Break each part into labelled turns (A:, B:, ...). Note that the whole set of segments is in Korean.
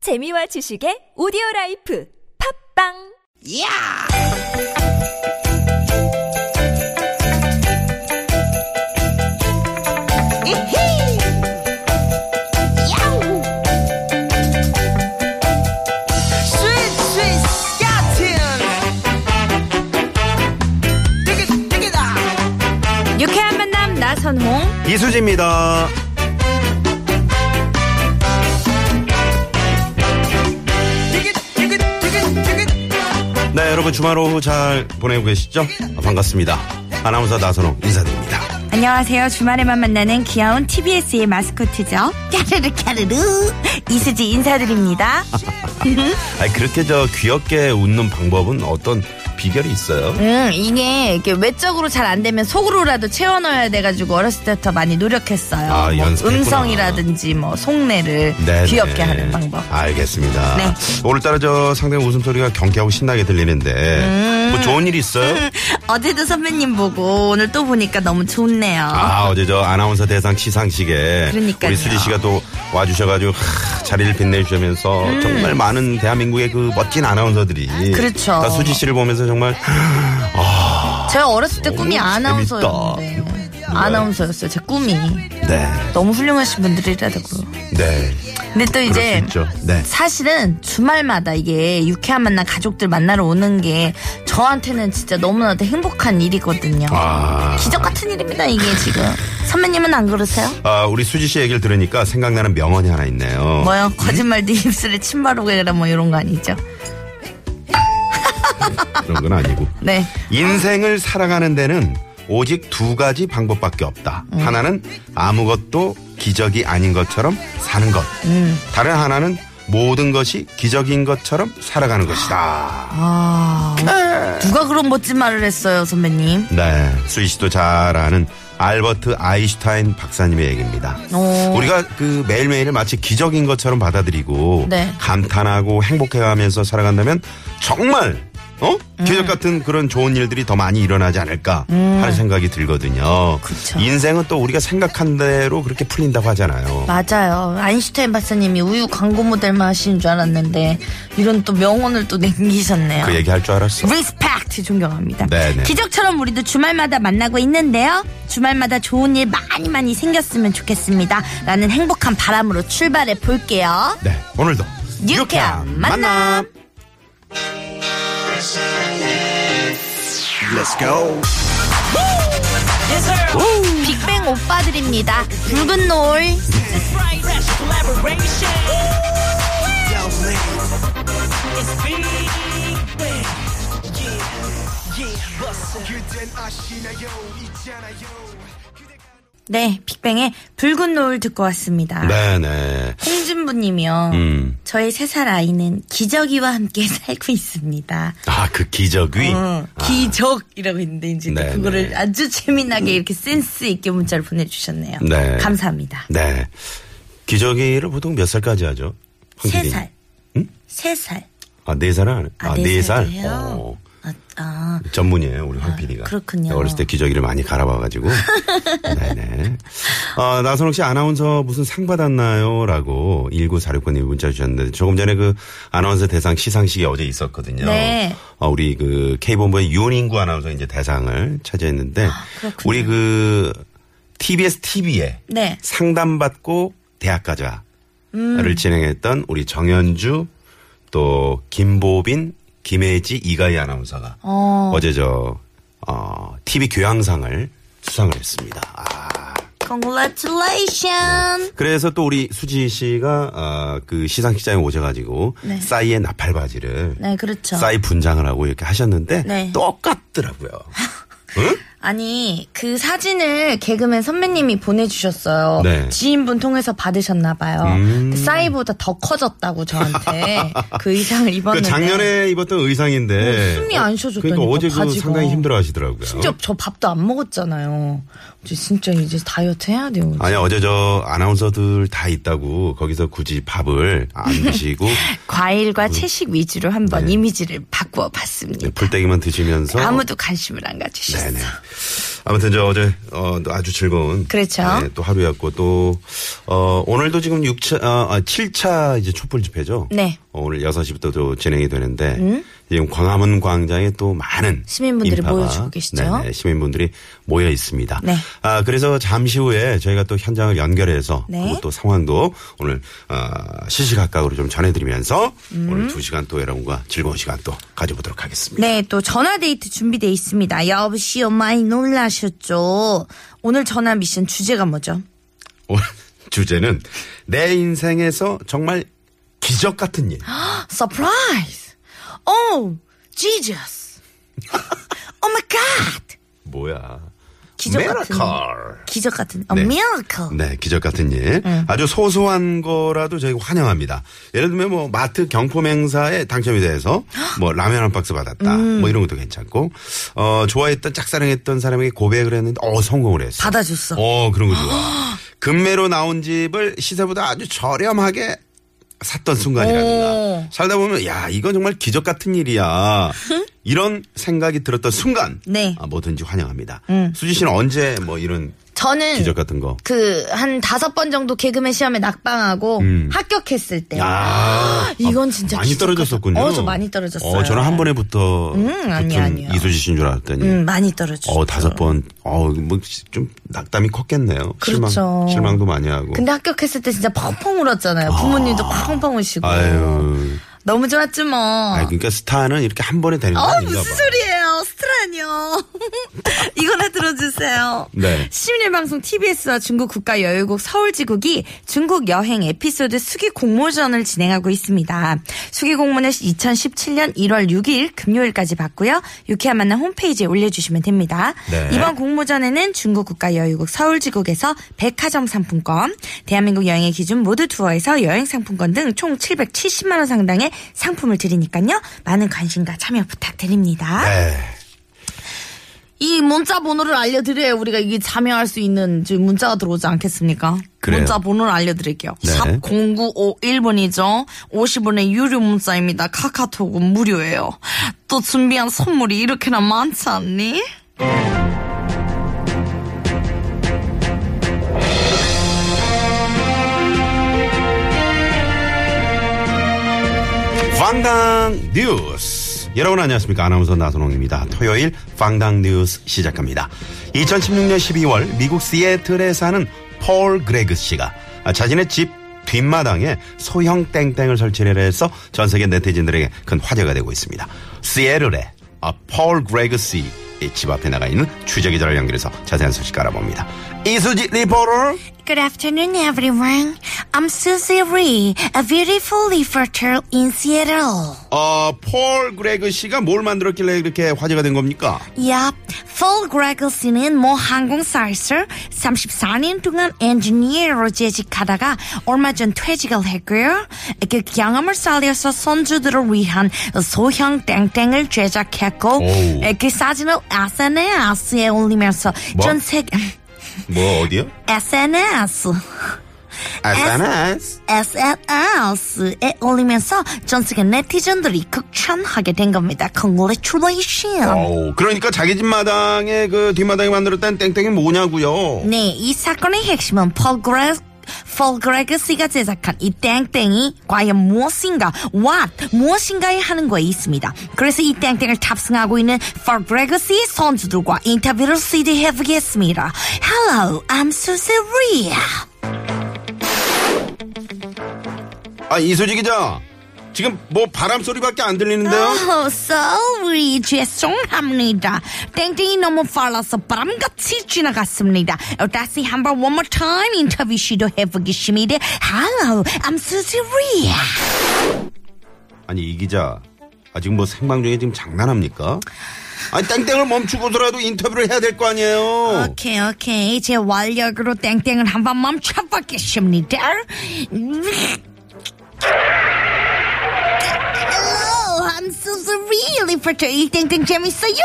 A: 재미와 지식의 오디오 라이프 팝빵!
B: 야! 이히! 야우! 스윗, 스윗, 야틴! 띠기, 띠기다!
C: 유쾌한 만남 나선홍
D: 이수지입니다.
B: 띠기, 띠기, 띠기, 띠기.
D: 네, 여러분 주말 오후 잘 보내고 계시죠? 아, 반갑습니다. 아나운서 나선홍 인사드립니다.
C: 안녕하세요 주말에만 만나는 귀여운 TBS의 마스코트죠 캬르르 캬르르 이수지 인사드립니다
D: 아니, 그렇게 저 귀엽게 웃는 방법은 어떤 비결이 있어요?
C: 음 이게 이렇게 외적으로 잘 안 되면 속으로라도 채워 넣어야 돼가지고 어렸을 때부터 많이 노력했어요
D: 아,
C: 뭐
D: 연습했구나.
C: 음성이라든지 뭐 속내를
D: 네,
C: 귀엽게
D: 네.
C: 하는 방법
D: 알겠습니다.
C: 네.
D: 오늘따라 저 상당히 웃음소리가 경쾌하고 신나게 들리는데
C: 음.
D: 뭐 좋은 일 있어요?
C: 어제도 선배님 보고 오늘 또 보니까 너무 좋네요
D: 아, 어제 저 아나운서 대상 시상식에
C: 그러니까요.
D: 우리 수지 씨가 또 와주셔가지고 하, 자리를 빛내주시면서 정말 많은 대한민국의 그 멋진 아나운서들이
C: 음. 그렇죠.
D: 나 수지 씨를 보면서 정말
C: 제가 어렸을 때 꿈이
D: 재밌다.
C: 아나운서였는데 아나운서였어요 제 꿈이
D: 네,
C: 너무 훌륭하신 분들이라고
D: 네,
C: 근데 또
D: 그럴
C: 이제
D: 수 있죠. 네.
C: 사실은 주말마다 이게 유쾌한 만남 가족들 만나러 오는 게 저한테는 진짜 너무나도 행복한 일이거든요.
D: 아.
C: 기적 같은 일입니다 이게 지금. 선배님은 안 그러세요?
D: 아, 우리 수지 씨 얘기를 들으니까 생각나는 명언이 하나 있네요.
C: 뭐요?
D: 음?
C: 거짓말도 입술에 침 바르고 해라 뭐 이런 거 아니죠?
D: 그런 건 아니고.
C: 네.
D: 인생을 살아가는 데는 오직 두 가지 방법밖에 없다.
C: 음.
D: 하나는 아무것도 기적이 아닌 것처럼 사는 것.
C: 음.
D: 다른 하나는 모든 것이 기적인 것처럼 살아가는 것이다.
C: 아 누가 그런 멋진 말을 했어요 선배님?
D: 네, 수지 씨도 잘 아는 알버트 아인슈타인 박사님의 얘기입니다.
C: 오.
D: 우리가 그 매일매일을 마치 기적인 것처럼 받아들이고
C: 네.
D: 감탄하고 행복해하면서 살아간다면 정말 어?
C: 음.
D: 기적 같은 그런 좋은 일들이 더 많이 일어나지 않을까 하는 생각이 들거든요.
C: 그쵸.
D: 인생은 또 우리가 생각한 대로 그렇게 풀린다고 하잖아요.
C: 맞아요. 아인슈타인 박사님이 우유 광고 모델만 하시는 줄 알았는데 이런 또 명언을 또 남기셨네요.
D: 그 얘기 할 줄 알았어.
C: 음. 리스펙트 존경합니다.
D: 네네.
C: 기적처럼 우리도 주말마다 만나고 있는데요. 주말마다 좋은 일 많이 많이 생겼으면 좋겠습니다. 라는 행복한 바람으로 출발해 볼게요.
D: 네, 오늘도
C: 유쾌한 만남. 빅뱅 오빠들입니다. 붉은 노을. 네, 빅뱅의 붉은 노을 듣고 왔습니다.
D: 네네.
C: 홍진부님이요.
D: 음.
C: 저의 세 살 아이는 기저귀와 함께 살고 있습니다.
D: 아, 그 기적이.
C: 어, 기적이라고 했는데 이제
D: 네,
C: 그거를
D: 네.
C: 아주 재미나게 이렇게 센스 있게 문자를 보내주셨네요.
D: 네.
C: 감사합니다.
D: 네. 기적이를 보통 몇 살까지 하죠? 황
C: 세
D: PD님?
C: 살. 세 살.
D: 아, 네 살? 안- 아, 네 살? 어.
C: 살이에요? 아, 아,
D: 전문이에요 우리 황 PD가.
C: 그렇군요.
D: 어렸을 때 기저귀를 많이 갈아봐가지고. 네, 네네. 어, 나선홍 씨 아나운서 무슨 상 받았나요?라고 1946번님 문자 주셨는데 조금 전에 그 아나운서 대상 시상식이 어제 있었거든요.
C: 네.
D: 어, 우리 그 K본부의 유은인구 아나운서 이제 대상을 차지했는데
C: 아, 그렇군요.
D: 우리 그 TBS TV에
C: 네.
D: 상담받고 대학가자를 진행했던 우리 정현주 또 김보빈 김혜지 이가희 아나운서가
C: 어.
D: 어. 제저 어, TV 교양상을 수상을 했습니다. 아,
C: Congratulations.
D: 그래서 또 우리 수지 씨가 아, 그 시상식장에 오셔가지고
C: 네.
D: 싸이의 나팔바지를
C: 네, 그렇죠.
D: 싸이 분장을 하고 이렇게 하셨는데
C: 네.
D: 똑같더라고요. 응?
C: 아니 그 사진을 개그맨 선배님이 보내주셨어요.
D: 네. 음.
C: 지인분 통해서 받으셨나 봐요. 근데 싸이보다 더 커졌다고 저한테 그 의상을
D: 그
C: 입었는데.
D: 작년에 입었던 의상인데
C: 어, 숨이 안 쉬어졌다니까, 뭐
D: 그러니까 어제 그
C: 바지가.
D: 상당히 힘들어하시더라고요.
C: 진짜 저 밥도 안 먹었잖아요. 저 진짜 이제 다이어트 해야 돼요.
D: 아니 어제 저 아나운서들 다 있다고 거기서 굳이 밥을 안 드시고 음.
C: 과일과 채식 위주로 한번 이미지를 바꾸어 봤습니다.
D: 네, 풀떼기만 드시면서
C: 아무도 관심을 안 가지셨어요.
D: 네, 네네 아무튼 저 어제 어, 또 아주 즐거운 네,
C: 그렇죠.
D: 또 하루였고 또 어, 오늘도 지금 6차 아, 아, 7차 이제 촛불 집회죠.
C: 네. 음?
D: 어, 오늘 6시부터 또 진행이 되는데 지금 광화문 광장에 또 많은
C: 시민분들이
D: 인파가,
C: 모여주고 계시죠?
D: 네네, 시민분들이 모여 있습니다.
C: 네.
D: 아 그래서 잠시 후에 저희가 또 현장을 연결해서
C: 네.
D: 그리고 또 상황도 오늘 어, 시시각각으로 좀 전해드리면서
C: 음.
D: 오늘 2 시간 또 여러분과 즐거운 시간 또 가져보도록 하겠습니다.
C: 네, 또 전화 데이트 준비돼 있습니다. 여보시요, 많이 놀라셨죠? 오늘 전화 미션 주제가 뭐죠?
D: 오늘 주제는 내 인생에서 정말 기적 같은 일.
C: 서프라이즈! 오, 지저스! 오 마이 갓!
D: 뭐야?
C: Oh 기적
D: Miracle.
C: 같은. 기적 같은. 어,
D: 네.
C: 미라클.
D: 네, 기적 같은 일. 아주 소소한 거라도 저희가 환영합니다. 예를 들면 뭐 마트 경품 행사에 당첨이 돼서 뭐 라면 한 박스 받았다.
C: 음.
D: 뭐 이런 것도 괜찮고. 어, 좋아했던 짝사랑했던 사람에게 고백을 했는데 어, 성공을 했어.
C: 받아줬어.
D: 어, 그런 거 좋아. 금매로 나온 집을 시세보다 아주 저렴하게 샀던 순간이라든가.
C: 오.
D: 살다 보면 야, 이건 정말 기적 같은 일이야. 이런 생각이 들었던 순간
C: 네. 음.
D: 아, 뭐든지 환영합니다. 수지 씨는 언제 뭐 이런
C: 저는
D: 기적 같은 거?
C: 그 한 다섯 번 정도 개그맨 시험에 낙방하고 합격했을 때.
D: 음. 아,
C: 네. 이건 진짜
D: 많이
C: 기적
D: 떨어졌었군요.
C: 같아. 어, 저 많이 떨어졌어요. 네. 음,
D: 어, 저는 한 번에 붙어 붙은
C: 아니요, 아니요.
D: 이수지 씨인 줄 알았더니
C: 음, 많이 떨어졌어.
D: 어 다섯 번, 어뭐좀 낙담이 컸겠네요. 실망,
C: 그렇죠.
D: 실망도 많이 하고.
C: 근데 합격했을 때 진짜 펑펑 울었잖아요. 부모님도 펑펑 우시고.
D: 아유,
C: 너무 좋았지 뭐.
D: 아 그러니까 스타는 이렇게 한 번에 되는 거
C: 어,
D: 아닌가
C: 무슨
D: 봐.
C: 소리예요. 스트라뇨. 이거나 들어주세요.
D: 네.
C: 시민의 방송 TBS와 중국 국가 여유국 서울지국이 중국 여행 에피소드 수기 공모전을 진행하고 있습니다. 수기 공모는 2017년 1월 6일 금요일까지 받고요. 유쾌한 만남 홈페이지에 올려주시면 됩니다.
D: 네.
C: 이번 공모전에는 중국 국가 여유국 서울지국에서 백화점 상품권, 대한민국 여행의 기준 모두 투어에서 여행 상품권 등 총 770만 원 상당의 상품을 드리니까요. 많은 관심과 참여 부탁드립니다.
D: 네.
C: 이 문자 번호를 알려드려야 우리가 이게 참여할 수 있는 지금 문자가 들어오지 않겠습니까?
D: 그래요.
C: 문자 번호를 알려드릴게요.
D: 네.
C: 샵 0951번이죠. 50원의 유료 문자입니다. 카카오톡은 무료예요. 또 준비한 선물이 이렇게나 많지 않니?
D: 황당 뉴스. 여러분 안녕하십니까. 아나운서 나선홍입니다. 토요일 황당 뉴스 시작합니다. 2016년 12월 미국 시애틀에 사는 폴 그레그 씨가 자신의 집 뒷마당에 소형 땡땡을 설치를 해서 전 세계 네티즌들에게 큰 화제가 되고 있습니다. 시애틀에 아, 폴 그레그 씨집 앞에 나가 있는 취재기자를 연결해서 자세한 소식 알아봅니다. 이수지 리포터.
E: Good afternoon, everyone. I'm Susie Ree, a beautiful reporter in Seattle.
D: 어, 폴 그레그 씨가 뭘 만들었길래 이렇게 화제가 된 겁니까?
E: Yup, Paul Gregory는 모뭐 항공사에서 34년 동안 엔지니어로 재직하다가 얼마 전 퇴직을 했고요. 그 경험을 살려서 선주들을 위한 소형 땡땡을 제작했고
D: 오우.
E: 그 사진을 SNS에 올리면서
D: 뭐?
E: 전 세계
D: 뭐 어디요?
E: SNS
D: SNS.
E: SNS에 올리면서 전 세계 네티즌들이 극찬하게 된 겁니다. Congratulations.
D: 어우, 그러니까 자기 집 마당에 그 뒷마당에 만들었던 땡땡이 뭐냐고요.
E: 네, 이 사건의 핵심은 폴 그레스 폴 그레그스가 제작한 이 땡땡이 과연 무엇인가, what, 무엇인가에 하는 거에 있습니다. 그래서 이 땡땡을 탑승하고 있는 폴 그레그스의 선수들과 인터뷰를 시도해보겠습니다. Hello, I'm Susie Ria.
D: 아 이소지 기자, 지금 뭐 바람 소리밖에 안 들리는데요?
E: Oh, sorry. 죄송합니다. 땡땡이 너무 빨라서 바람같이 지나갔습니다. 어, 다시 한번 one more time 인터뷰 시도해보겠습니다. Hello, I'm Susie Ria.
D: 아니 이 기자, 아 지금 뭐 생방송에 지금 장난합니까? 아니 땡땡을 멈추고서라도 인터뷰를 해야 될 거 아니에요.
E: 오케이, 오케이. 제 완력으로 땡땡을 한번 멈춰보겠습니다. Hello, I'm Susie Ria. 리포터 이 땡땡 재밌어요?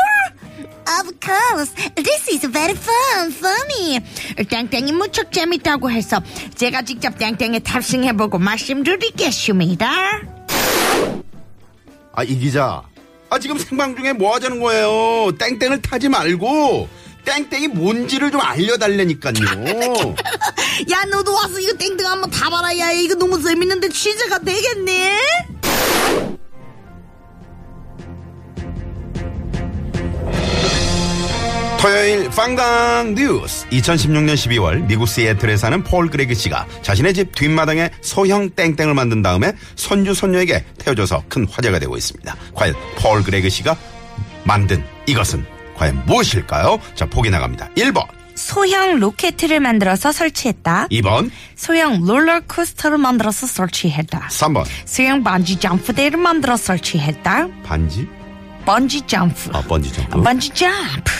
E: Of course, this is very fun, funny. 땡땡이 무척 재밌다고 해서 제가 직접 땡땡에 탑승해보고 말씀드리겠습니다.
D: 아 이 기자, 아 지금 생방 중에 뭐 하자는 거예요? 땡땡을 타지 말고 땡땡이 뭔지를 좀 아, 알려달라니까요.
E: 야 너도 와서 이거 땡땡 한번 다 봐라 야 이거 너무 재밌는데 취재가 되겠네
D: 토요일 빵당 뉴스 2016년 12월 미국 시애틀에 사는 폴 그레그 씨가 자신의 집 뒷마당에 소형 땡땡을 만든 다음에 손주 손녀에게 태워줘서 큰 화제가 되고 있습니다. 과연 폴 그레그 씨가 만든 이것은 과연 무엇일까요? 자 보기 나갑니다. 1번,
C: 소형 로켓을 만들어서 설치했다.
D: 2번,
C: 소형 롤러코스터를 만들어서 설치했다.
D: 3번
C: 소형 번지 점프대를 만들어 설치했다.
D: 반지,
C: 번지 점프.
D: 아 번지 점프,
C: 번지 점프.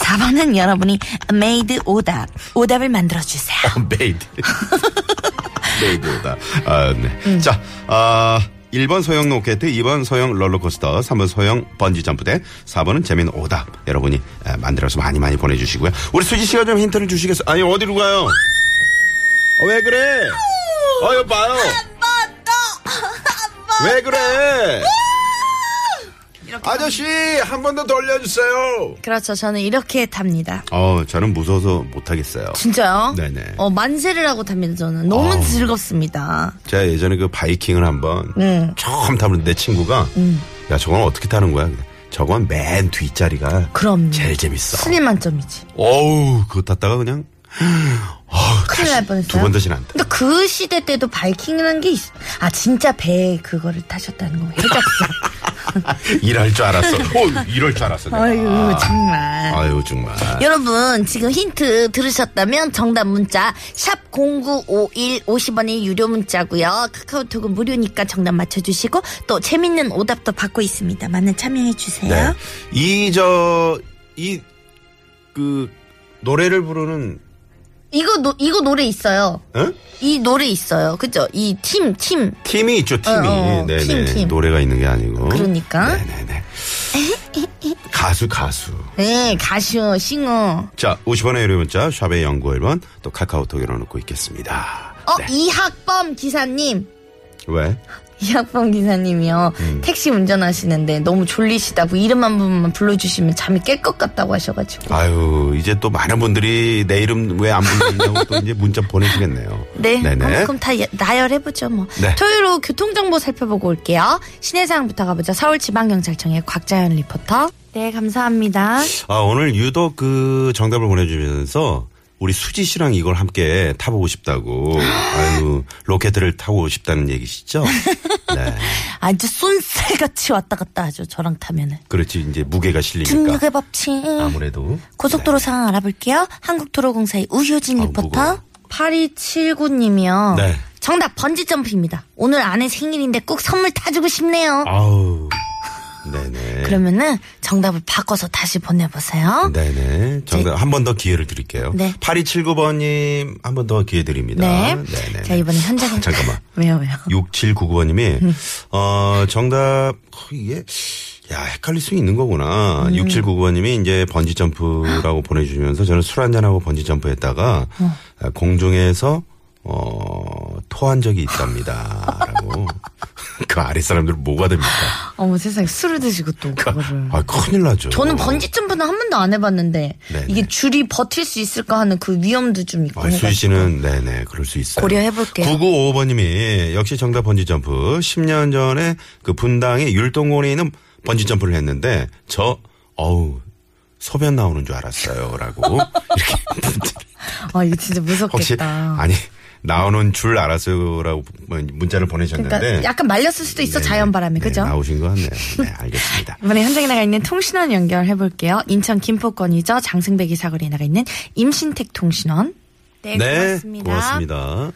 C: 4번은 여러분이 메이드 오답. 오답을 만들어주세요.
D: 아, 메이드, 메이드다. 아 네.
E: 음.
D: 자, 아. 1번 소형 로켓, 2번 소형 롤러코스터, 3번 소형 번지 점프대, 4번은 재미있는 오답. 여러분이 에, 만들어서 많이 많이 보내주시고요. 우리 수지 씨가 좀 힌트를 주시겠어요? 아니 어디로 가요? 어, 왜 그래? 어, 여봐요 왜 그래? 아저씨 한 번 더 돌려주세요.
E: 그렇죠 저는 이렇게 탑니다
D: 어, 저는 무서워서 못 하겠어요.
E: 진짜요?
D: 네네.
E: 어 만세를 하고 탑니다 저는 너무
D: 아우.
E: 즐겁습니다
D: 제가 예전에 그 바이킹을 한번
E: 네.
D: 처음 타보는데 내 친구가
E: 음.
D: 야 저건 어떻게 타는 거야? 그래. 저건 맨 뒷자리가
E: 그럼요.
D: 제일 재밌어.
E: 스님 만점이지
D: 어우 그거 탔다가 그냥 어우,
E: 큰일
D: 다시
E: 날 뻔했어요.
D: 두번 다시는 안 타.
E: 근데 그 시대 때도 바이킹이라는 게 있어 아 진짜 배 그거를 타셨다는 거 해적선
D: 이럴 줄 알았어. 어 이럴 줄 알았어. 내가.
E: 아유 정말
D: 아유 정말.
E: 여러분 지금 힌트 들으셨다면 정답 문자 샵 0951 50원이 유료 문자고요. 카카오톡은 무료니까 정답 맞춰주시고 또 재밌는 오답도 받고 있습니다. 많은 참여해주세요.
D: 네. 이 저 이 그 노래를 부르는
E: 이거 노, 이거 노래 있어요.
D: 응?
E: 이 노래 있어요. 그죠? 이 팀, 팀.
D: 팀이 있죠 팀이.
E: 어, 어,
D: 네네
E: 팀, 팀.
D: 노래가 있는 게 아니고.
E: 그러니까.
D: 네네네. 가수 가수.
E: 네, 가수, 싱어.
D: 자, 50원의 유료 문자, 샵의 연구 1번, 또 카카오톡 열어놓고 있겠습니다.
E: 어,
D: 네.
E: 이학범 기사님.
D: 왜?
E: 이학범 기사님이요.
D: 음.
E: 택시 운전하시는데 너무 졸리시다고 이름한 분만 불러주시면 잠이 깰 것 같다고 하셔가지고.
D: 아유, 이제 또 많은 분들이 내 이름 왜 안 부르냐고 또 이제 문자 보내시겠네요.
E: 네.
D: 네네.
E: 어, 그럼 다 야- 나열해보죠, 뭐.
D: 네.
E: 토요일 오후 교통정보 살펴보고 올게요. 시내 상황부터 가보죠. 서울지방경찰청의 곽자연 리포터. 네, 감사합니다.
D: 아, 오늘 유독 그 정답을 보내주면서 우리 수지 씨랑 이걸 함께 타보고 싶다고. 아유, 로켓을 타고 싶다는 얘기시죠? 네.
E: 아주 쏜살같이 왔다 갔다 하죠, 저랑 타면은.
D: 그렇지, 이제 무게가 실리니까.
E: 중국의 법칙.
D: 그러니까. 아무래도.
E: 고속도로 상황 알아볼게요. 한국도로공사의 우효진
D: 아우,
E: 리포터.
D: 무거워.
E: 8279님이요.
D: 네.
E: 정답, 번지점프입니다. 오늘 아내 생일인데 꼭 선물 타주고 싶네요.
D: 아우. 네네.
E: 그러면은 정답을 바꿔서 다시 보내보세요.
D: 네네. 정답 한 번 더 기회를 드릴게요.
E: 네.
D: 8279번님 한 번 더 기회 드립니다.
E: 네.
D: 네네.
E: 자, 이번에 현장에. 어. 음.
D: 아, 잠깐만.
E: 왜요, 왜요?
D: 6799번님이 어 정답 어, 이게 야 헷갈릴 수 있는 거구나.
E: 음.
D: 6799번님이 이제 번지 점프라고 보내주면서 저는 술 한잔 하고 번지 점프했다가
E: 어.
D: 아, 공중에서 어 토한 적이 있답니다.라고 그 아래 사람들 은 뭐가 됩니까?
E: 어머 세상에 술을 드시고 또 그거를.
D: 아 큰일 나죠.
E: 저는 번지점프는 한 번도 안 해봤는데
D: 네네.
E: 이게 줄이 버틸 수 있을까 하는 그 위험도 좀 있고. 그러니까
D: 아, 수희
E: 해가지고.
D: 씨는 네네 그럴 수 있어요.
E: 고려해볼게요.
D: 9955번님이 역시 정답 번지 점프. 10년 전에 그 분당의 율동공원에 있는 번지 점프를 했는데 저 어우 소변 나오는 줄 알았어요라고 이렇게 문자를
E: 아 이거 진짜
D: 혹시
E: 무섭겠다.
D: 아니 나오는 줄 알았어요라고 문자를 보내셨는데
E: 그러니까 약간 말렸을 수도 있어
D: 네, 네네.
E: 자연
D: 네,
E: 바람에 그죠?
D: 나오신 것 같네요. 네 알겠습니다.
E: 이번에 현장에 나가 있는 통신원 연결해 볼게요. 인천 김포권이죠. 장승배 기사거리에 나가 있는 임신택 통신원. 네,
D: 고맙습니다.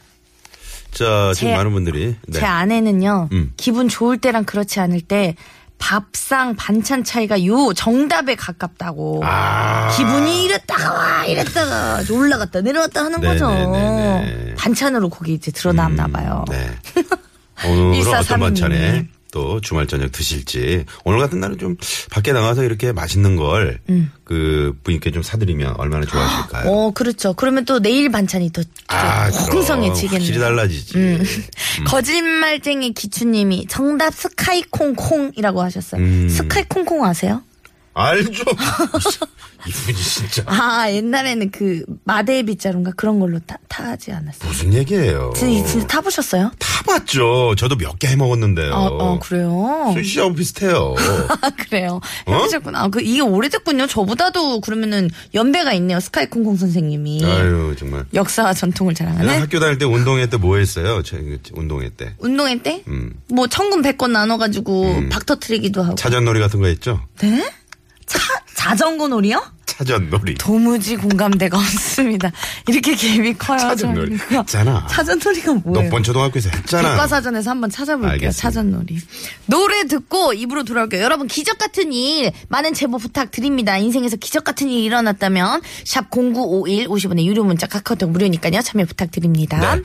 D: 자 지금
E: 제-
D: 많은 분들이 네.
E: 제 아내는요
D: 음.
E: 기분 좋을 때랑 그렇지 않을 때 밥상 반찬 차이가 요 정답에 가깝다고
D: 아.
E: 기분이 이랬다가 와 이랬다가 올라갔다 내려왔다 하는 거죠
D: 네, 네네네네.
E: 반찬으로 거기 이제 드러났나 봐요
D: 네. 오늘은 어떤
E: 1432
D: 반찬에
E: 님.
D: 또 주말 저녁 드실지 오늘 같은 날은 좀 밖에 나가서 이렇게 맛있는 걸 그 부인께 좀 사드리면 얼마나 좋아하실까요?
E: 음. 어 그렇죠 그러면 또 내일 반찬이 더
D: 아, 그럼.
E: 풍성해지겠네요 음.
D: 확실히 달라지지. 음.
E: 거짓말쟁이 기추님이 정답 스카이콩콩이라고 하셨어요
D: 음.
E: 스카이콩콩 아세요?
D: 알죠. 이분이 진짜
E: 아, 옛날에는 그 마대 빗자루인가 그런 걸로 타, 타지 않았어요.
D: 무슨 얘기예요?
E: 진짜, 진짜 타보셨어요?
D: 타봤죠. 저도 몇 개 해먹었는데요.
E: 어, 어, 그래요?
D: 수시하고 비슷해요.
E: 아, 그래요.
D: 어?
E: 해보셨구나. 아, 그, 이게 오래됐군요. 저보다도 그러면은 연배가 있네요. 스카이콩콩 선생님이.
D: 아유 정말.
E: 역사와 전통을
D: 내가
E: 자랑하는
D: 학교 다닐 때 운동회 때 뭐 했어요? 저 이거 운동회 때
E: 운동회 때?
D: 음.
E: 뭐, 천군 백권 나눠가지고 박 터트리기도 하고.
D: 차전놀이 같은 거 했죠?
E: 네? 차, 자전거 놀이요?
D: 차전놀이.
E: 도무지 공감대가 없습니다. 이렇게 갭이 커요.
D: 차전놀이
E: 저희가.
D: 했잖아.
E: 차전놀이가 뭐예요?
D: 너번 초등학교에서 했잖아.
E: 교과사전에서 한번 찾아볼게요.
D: 알겠습니다.
E: 차전놀이.
F: 노래 듣고 입으로 돌아올게요. 여러분 기적 같은 일 많은 제보 부탁드립니다. 인생에서 기적 같은 일이 일어났다면 샵 0951 50원의 유료 문자 카카오톡 무료니까요. 참여 부탁드립니다.
D: 네.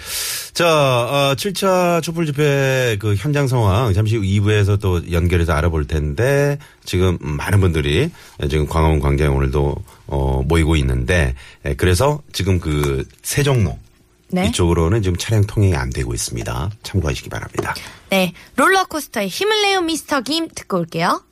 D: 자, 어, 7차 촛불 집회 그 현장 상황 잠시 후 2부에서 또 연결해서 알아볼 텐데 지금 많은 분들이 지금 광화문 광장에 오늘도 어, 모이고 있는데 예, 그래서 지금 그 세종로
F: 네.
D: 이쪽으로는 지금 차량 통행이 안 되고 있습니다. 참고하시기 바랍니다.
F: 네, 롤러코스터의 힘을 내요 미스터 김 듣고 올게요.